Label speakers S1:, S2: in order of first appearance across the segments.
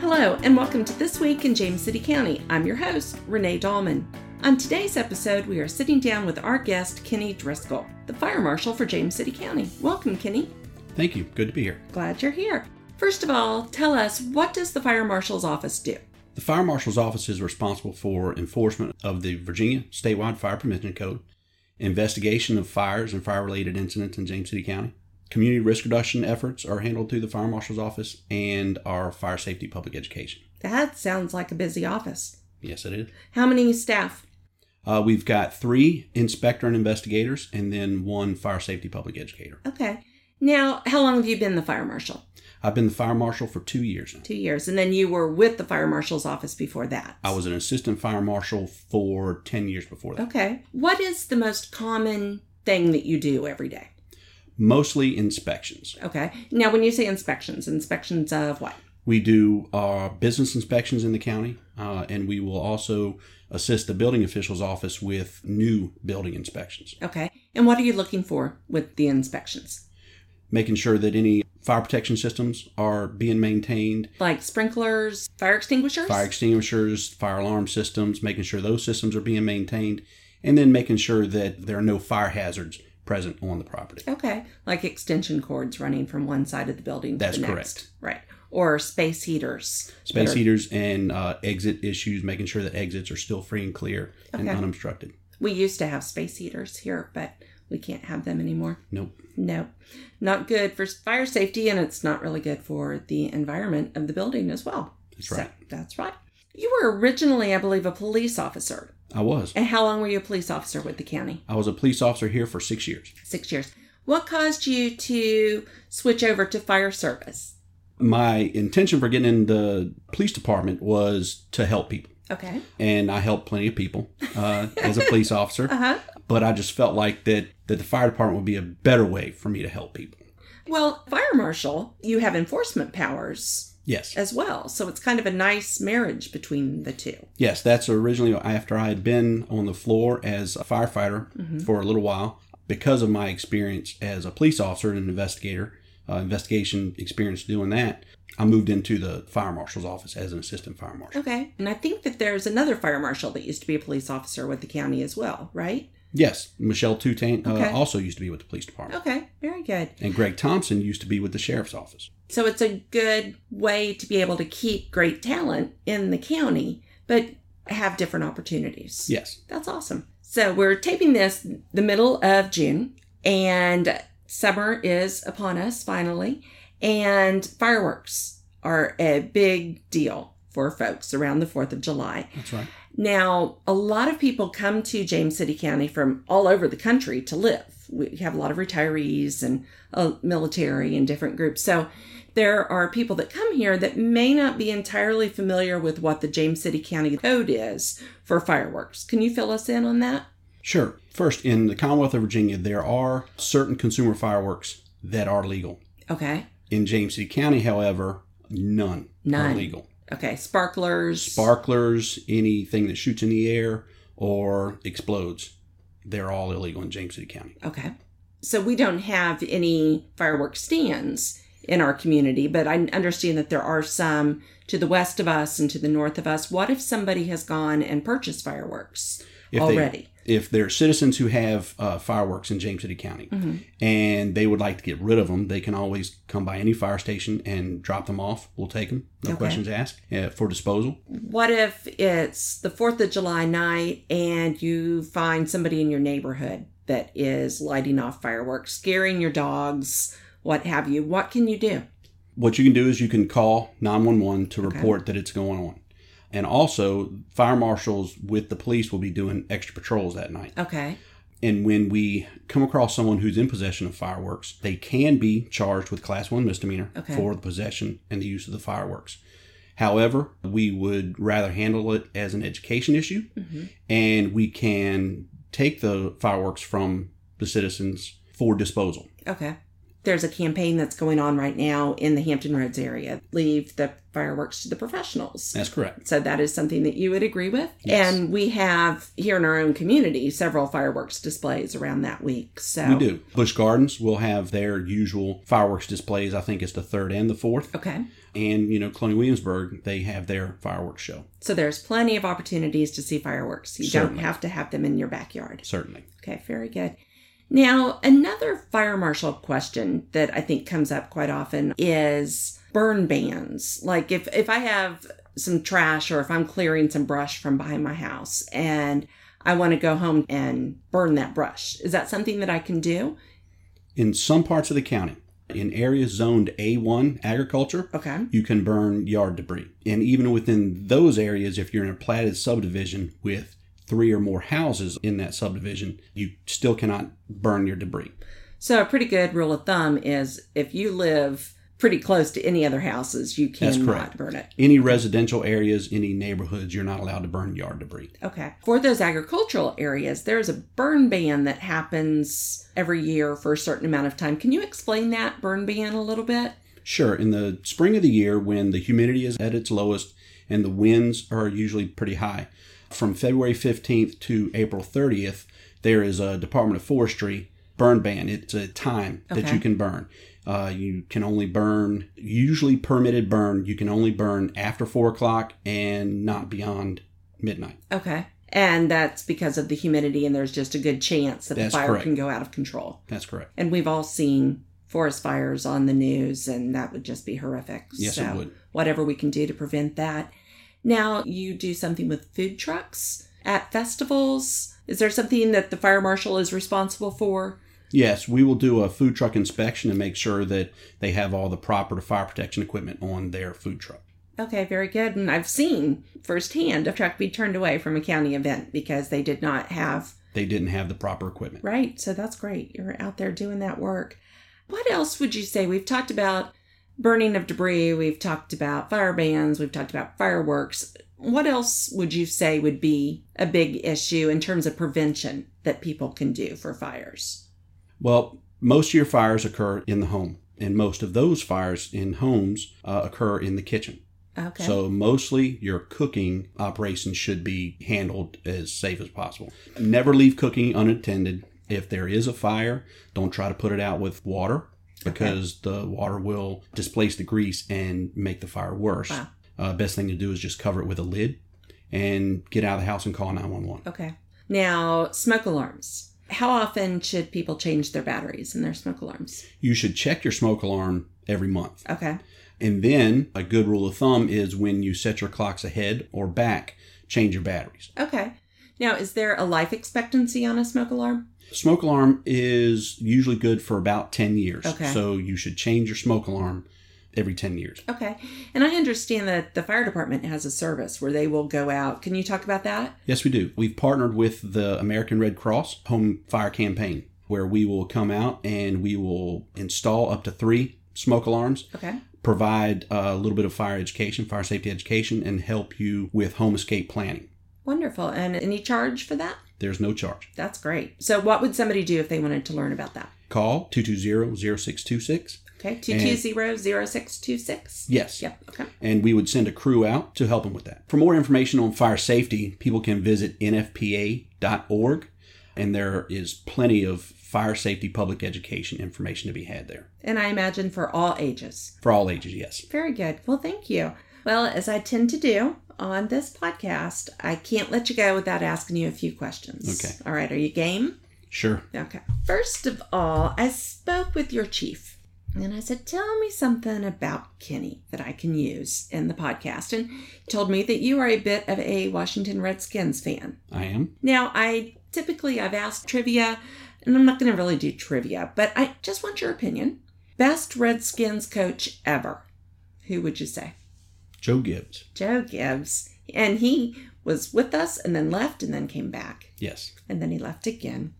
S1: Hello, and welcome to This Week in James City County. I'm your host, Renee Dahlman. On today's episode, we are sitting down with our guest, Kenny Driscoll, the fire marshal for James City County. Welcome, Kenny.
S2: Thank you. Good to be here.
S1: Glad you're here. First of all, tell us what does the fire marshal's office do?
S2: The Fire Marshal's Office is responsible for enforcement of the Virginia Statewide Fire Prevention Code, investigation of fires and fire related incidents in James City County. Community risk reduction efforts are handled through the Fire Marshal's Office and our fire safety public education.
S1: That sounds like a busy office.
S2: Yes, it is.
S1: How many staff?
S2: Uh, we've got three inspector and investigators, and then one fire safety public educator.
S1: Okay. Now, how long have you been the fire marshal?
S2: I've been the fire marshal for two years now.
S1: Two years. And then you were with the fire marshal's office before that.
S2: I was an assistant fire marshal for 10 years before that.
S1: Okay. What is the most common thing that you do every day?
S2: Mostly inspections.
S1: Okay. Now, when you say inspections, inspections of what?
S2: We do uh, business inspections in the county, uh, and we will also assist the building official's office with new building inspections,
S1: Okay. And what are you looking for with the inspections?
S2: making sure that any fire protection systems are being maintained,
S1: Like sprinklers, fire extinguishers?
S2: fire extinguishers, fire alarm systems, making sure those systems are being maintained, and then making sure that there are no fire hazards present on the property.
S1: Okay. Like extension cords running from one side of the building
S2: That's
S1: to the next.
S2: correct.
S1: Right. Or space heaters.
S2: Space
S1: Sure.
S2: heaters and uh, exit issues, making sure that exits are still free and clear and
S1: Okay.
S2: unobstructed.
S1: We used to have space heaters here, but we can't have them anymore.
S2: Nope.
S1: No, not good for fire safety, and it's not really good for the environment of the building as well.
S2: That's right.
S1: So, that's right. You were originally, I believe, a police officer.
S2: I was.
S1: And how long were you a police officer with the county?
S2: I was a police officer here for six years.
S1: Six years. What caused you to switch over to fire service?
S2: my intention for getting in the police department was to help people
S1: Okay.
S2: and i helped plenty of people uh, as a police officer
S1: Uh huh.
S2: but i just felt like that that the fire department would be a better way for me to help people
S1: Well, fire marshal, you have enforcement powers
S2: yes
S1: as well. So it's kind of a nice marriage between the two.
S2: yes that's originally after i had been on the floor as a firefighter
S1: Mm-hmm.
S2: for a little while because of my experience as a police officer and an investigator uh, investigation experience doing that i moved into the fire marshal's office as an assistant fire marshal
S1: Okay. And I think that there's another fire marshal that used to be a police officer with the county as well, right?
S2: yes michelle tutain uh,
S1: Okay.
S2: also used to be with the police department
S1: Okay, very good.
S2: And Greg Thompson used to be with the sheriff's office.
S1: So it's a good way to be able to keep great talent in the county, but have different opportunities.
S2: Yes.
S1: That's awesome. So we're taping this the middle of June, and summer is upon us finally, and fireworks are a big deal for folks around the 4th of July.
S2: That's right.
S1: Now, a lot of people come to James City County from all over the country to live. We have a lot of retirees and uh, military and different groups. So there are people that come here that may not be entirely familiar with what the James City County Code is for fireworks. Can you fill us in on that?
S2: Sure. First, in the Commonwealth of Virginia, there are certain consumer fireworks that are legal.
S1: Okay.
S2: In James City County, however, none,
S1: None.
S2: are legal.
S1: Okay. Sparklers.
S2: Sparklers, anything that shoots in the air or explodes, they're all illegal in James City County.
S1: Okay. So we don't have any fireworks stands in our community, but I understand that there are some to the west of us and to the north of us. What if somebody has gone and purchased fireworks
S2: If they-
S1: already?
S2: If there are citizens who have uh, fireworks in James City County
S1: Mhm.
S2: and they would like to get rid of them, they can always come by any fire station and drop them off. We'll take them, no
S1: Okay.
S2: questions asked, uh, for disposal.
S1: What if it's the 4th of July night and you find somebody in your neighborhood that is lighting off fireworks, scaring your dogs, what have you? What can you do?
S2: What you can do is you can call 911 to
S1: Okay.
S2: report that it's going on. And also, fire marshals with the police will be doing extra patrols that night.
S1: Okay.
S2: And when we come across someone who's in possession of fireworks, they can be charged with class one misdemeanor
S1: Okay.
S2: for the possession and the use of the fireworks. However, we would rather handle it as an education issue,
S1: Mhm.
S2: and we can take the fireworks from the citizens for disposal.
S1: Okay. There's a campaign that's going on right now in the Hampton Roads area. Leave the fireworks to the professionals.
S2: That's correct.
S1: So that is something that you would agree with.
S2: Yes.
S1: And we have here in our own community several fireworks displays around that week. So
S2: We do. Bush Gardens will have their usual fireworks displays. I think it's the third and the fourth.
S1: Okay.
S2: And, you know, Colonial Williamsburg, they have their fireworks show,
S1: So there's plenty of opportunities to see fireworks. You
S2: Certainly.
S1: don't have to have them in your backyard.
S2: certainly.
S1: Okay, very good. Now, another fire marshal question that I think comes up quite often is burn bans. Like if if I have some trash or if I'm clearing some brush from behind my house and I want to go home and burn that brush. Is that something that I can do?
S2: In some parts of the county, in areas zoned A1 agriculture,
S1: Okay.
S2: you can burn yard debris. And even within those areas, if you're in a platted subdivision with three or more houses in that subdivision, you still cannot burn your debris.
S1: So a pretty good rule of thumb is if you live pretty close to any other houses, you
S2: That's
S1: cannot
S2: correct.
S1: burn it.
S2: Any residential areas, any neighborhoods, you're not allowed to burn yard debris.
S1: Okay. For those agricultural areas, there's a burn ban that happens every year for a certain amount of time. Can you explain that burn ban a little bit?
S2: Sure, in the spring of the year when the humidity is at its lowest and the winds are usually pretty high, from February 15th to April 30th, there is a Department of Forestry burn ban. It's a time that
S1: Okay.
S2: you can burn. Uh, you can only burn, usually permitted burn, you can only burn after four o'clock and not beyond midnight.
S1: Okay. And that's because of the humidity, and there's just a good chance that
S2: That's
S1: the fire
S2: correct.
S1: can go out of control.
S2: That's correct.
S1: And we've all seen forest fires on the news, and that would just be horrific.
S2: Yes,
S1: so,
S2: it would.
S1: whatever we can do to prevent that. Now, you do something with food trucks at festivals. Is there something that the fire marshal is responsible for?
S2: Yes, we will do a food truck inspection and make sure that they have all the proper fire protection equipment on their food truck.
S1: Okay, very good. And I've seen firsthand a truck be turned away from a county event because they did not have,
S2: They didn't have the proper equipment.
S1: right? So that's great. You're out there doing that work. What else would you say? We've talked about burning of debris, we've talked about fire bans, we've talked about fireworks. What else would you say would be a big issue in terms of prevention that people can do for fires?
S2: Well, most of your fires occur in the home, and most of those fires in homes uh, occur in the kitchen.
S1: Okay.
S2: So, mostly your cooking operations should be handled as safe as possible. Never leave cooking unattended. If there is a fire, don't try to put it out with water because the water will displace the grease and make the fire worse.
S1: Wow.
S2: Uh, best thing to do is just cover it with a lid and get out of the house and call 911.
S1: okay. Now, smoke alarms. How often should people change their batteries in their smoke alarms?
S2: You should check your smoke alarm every month.
S1: Okay.
S2: And then a good rule of thumb is when you set your clocks ahead or back, change your batteries.
S1: Okay. Now, is there a life expectancy on a smoke alarm?
S2: Smoke alarm is usually good for about 10 years.
S1: Okay.
S2: So you should change your smoke alarm every 10 years.
S1: Okay. And I understand that the fire department has a service where they will go out. Can you talk about that?
S2: Yes, we do. We've partnered with the American Red Cross Home Fire Campaign where we will come out and we will install up to 3 smoke alarms,
S1: Okay.
S2: provide a little bit of fire education, fire safety education and help you with home escape planning.
S1: Wonderful. And any charge for that?
S2: There's no charge.
S1: That's great. So, what would somebody do if they wanted to learn about that?
S2: Call 220-0626.
S1: Okay. 220 0626?
S2: Yes.
S1: Yep. Okay.
S2: and we would send a crew out to help them with that. For more information on fire safety, people can visit nfpa.org, and there is plenty of fire safety public education information to be had there
S1: And I imagine for all ages.
S2: for all ages. Yes,
S1: Very good. Well, thank you. Well, as I tend to do on this podcast, I can't let you go without asking you a few questions.
S2: Okay.
S1: All right. Are you game?
S2: sure.
S1: Okay. First of all, I spoke with your chief and I said, Tell me something about Kenny that I can use in the podcast. And he told me that you are a bit of a Washington Redskins fan.
S2: I am.
S1: Now, I typically I've asked trivia, and I'm not going to really do trivia, but I just want your opinion. Best Redskins coach ever. Who would you say?
S2: Joe Gibbs.
S1: Joe Gibbs. And he was with us and then left and then came back
S2: Yes.
S1: and then he left again.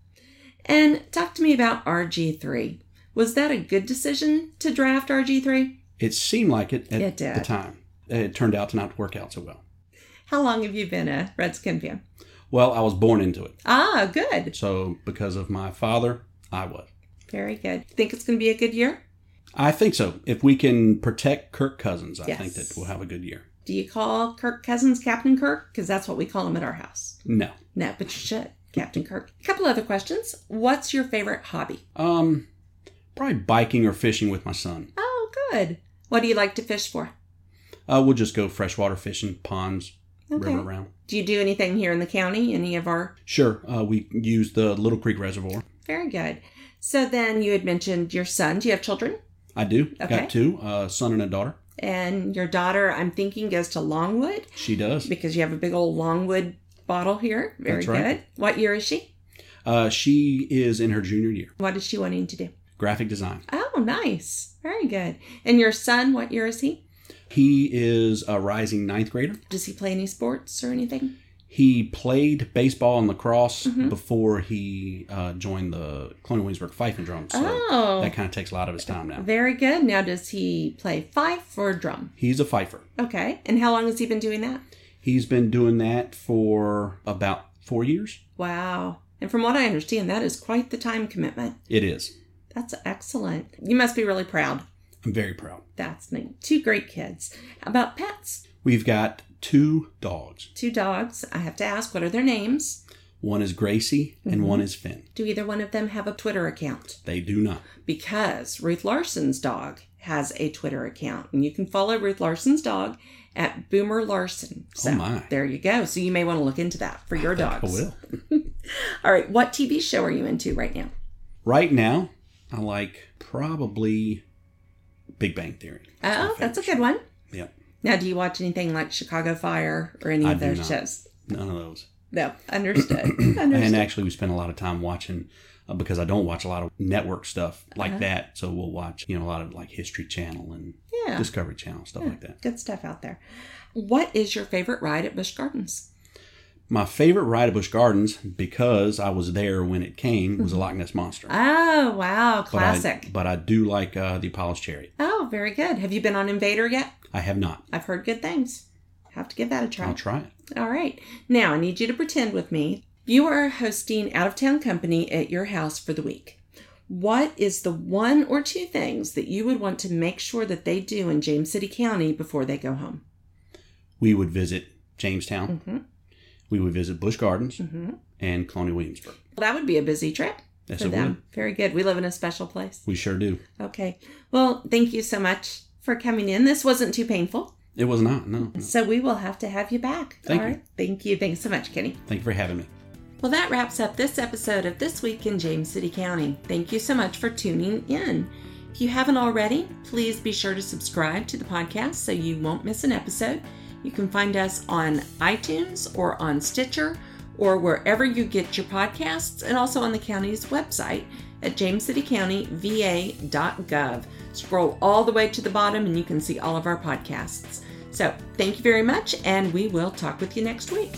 S1: And talk to me about RG3. Was that a good decision to draft RG3?
S2: It seemed like it at
S1: It did.
S2: the time. It turned out to not work out so well.
S1: How long have you been a Redskin fan?
S2: Well, I was born into it.
S1: Ah, good.
S2: So because of my father, I was.
S1: Very good. Think it's going to be a good year?
S2: I think so. If we can protect Kirk Cousins, I
S1: Yes.
S2: think that we'll have a good year.
S1: Do you call Kirk Cousins Captain Kirk? Because that's what we call him at our house.
S2: No.
S1: No, but you should, Captain Kirk. A couple other questions. What's your favorite hobby?
S2: Um, probably biking or fishing with my son.
S1: Oh, good. What do you like to fish for?
S2: Uh, we'll just go freshwater fishing, ponds, river around.
S1: Do you do anything here in the county? Any of our.
S2: Sure. Uh, we use the Little Creek Reservoir.
S1: Very good. So then you had mentioned your son. Do you have children?
S2: I do.
S1: Okay.
S2: Got two, a son and a daughter.
S1: And your daughter, I'm thinking, goes to Longwood
S2: She does.
S1: because you have a big old Longwood bottle here. Very
S2: That's right.
S1: good. What year is she?
S2: Uh, she is in her junior year.
S1: What is she wanting to do?
S2: Graphic design.
S1: Oh, nice. Very good. And your son, what year is he?
S2: He is a rising ninth grader.
S1: Does he play any sports or anything?
S2: He played baseball and lacrosse
S1: Mhm.
S2: before he uh, joined the Colonial Williamsburg Fife and Drum. So
S1: oh,
S2: that kind of takes a lot of his time now.
S1: very good. Now, does he play fife or drum?
S2: He's a fifer.
S1: Okay. And how long has he been doing that?
S2: He's been doing that for about four years.
S1: Wow. And from what I understand, that is quite the time commitment.
S2: It is.
S1: That's excellent. You must be really proud.
S2: I'm very proud.
S1: That's neat. Two great kids. How about pets?
S2: We've got two dogs.
S1: Two dogs. I have to ask, what are their names?
S2: One is Gracie and
S1: Mhm.
S2: one is Finn.
S1: Do either one of them have a Twitter account?
S2: They do not.
S1: Because Ruth Larson's dog has a Twitter account, and you can follow Ruth Larson's dog at Boomer Larson. So
S2: Oh, my.
S1: there you go. So you may want to look into that for your
S2: I
S1: dogs.
S2: will.
S1: All right. What TV show are you into right now?
S2: Right now, I like probably Big Bang Theory. my
S1: Oh, that's a
S2: favorite
S1: good one.
S2: Yep.
S1: Now, do you watch anything like Chicago Fire or any
S2: I
S1: of
S2: do
S1: those
S2: not.
S1: shows?
S2: None of those.
S1: No, understood.
S2: And uh,
S1: understood.
S2: actually, we spend a lot of time watching uh, because I don't watch a lot of network stuff like
S1: Uh-huh.
S2: that. So we'll watch, you know, a lot of like History Channel and
S1: yeah,
S2: Discovery Channel stuff
S1: Yeah.
S2: like that.
S1: good stuff out there. What is your favorite ride at Busch Gardens?
S2: My favorite ride at Busch Gardens because I was there when it came was a Loch Ness Monster.
S1: Oh, wow,
S2: But I-
S1: Mm-hmm. classic.
S2: But I, do like uh, the Apollo's Chariot.
S1: Oh, very good. Have you been on Invader yet?
S2: I have not.
S1: I've heard good things. Have to give that a try.
S2: I'll try it.
S1: All right. Now, I need you to pretend with me you are hosting out of town company at your house for the week. What is the one or two things that you would want to make sure that they do in James City County before they go home?
S2: We would visit Jamestown.
S1: Mm-hmm.
S2: We would visit Busch Gardens
S1: Mm-hmm.
S2: and Colonial Williamsburg.
S1: that would be a busy trip
S2: Yes,
S1: for
S2: it would.
S1: them. Very good. We live in a special place.
S2: We sure do.
S1: Okay. Well, thank you so much for coming in. This wasn't too painful.
S2: It was not. No. no.
S1: So we will have to have you back.
S2: Thank you.
S1: Thank you. Thanks so much, Kenny.
S2: Thank you for having me.
S1: Well, that wraps up this episode of This Week in James City County. Thank you so much for tuning in. If you haven't already, please be sure to subscribe to the podcast so you won't miss an episode. You can find us on iTunes or on Stitcher or wherever you get your podcasts and also on the county's website at jamescitycountyva.gov. Scroll all the way to the bottom and you can see all of our podcasts. So, thank you very much, and we will talk with you next week.